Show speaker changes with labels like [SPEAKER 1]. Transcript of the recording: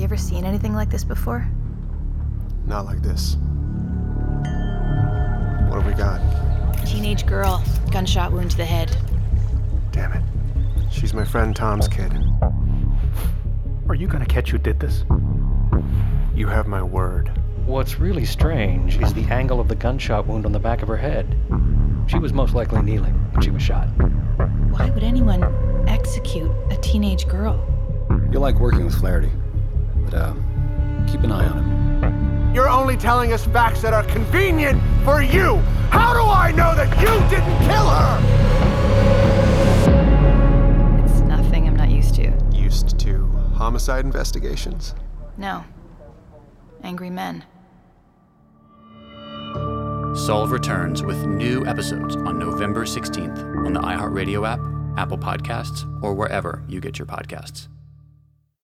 [SPEAKER 1] ever seen anything like this before?
[SPEAKER 2] Not like this. What have we got?
[SPEAKER 1] Teenage girl, gunshot wound to the head.
[SPEAKER 2] Damn it. She's my friend Tom's kid.
[SPEAKER 3] Are you gonna catch who did this?
[SPEAKER 2] You have my word.
[SPEAKER 4] What's really strange is the angle of the gunshot wound on the back of her head. She was most likely kneeling when she was shot.
[SPEAKER 1] Why would anyone execute a teenage girl?
[SPEAKER 5] You'll like working with Flaherty, but uh, keep an eye on him.
[SPEAKER 2] You're only telling us facts that are convenient for you. How do I know that you didn't kill her?
[SPEAKER 1] It's nothing I'm not used to.
[SPEAKER 2] Used to homicide investigations.
[SPEAKER 1] No. Angry men.
[SPEAKER 6] Solve returns with new episodes on November 16th on the iHeartRadio app, Apple Podcasts, or wherever you get your podcasts.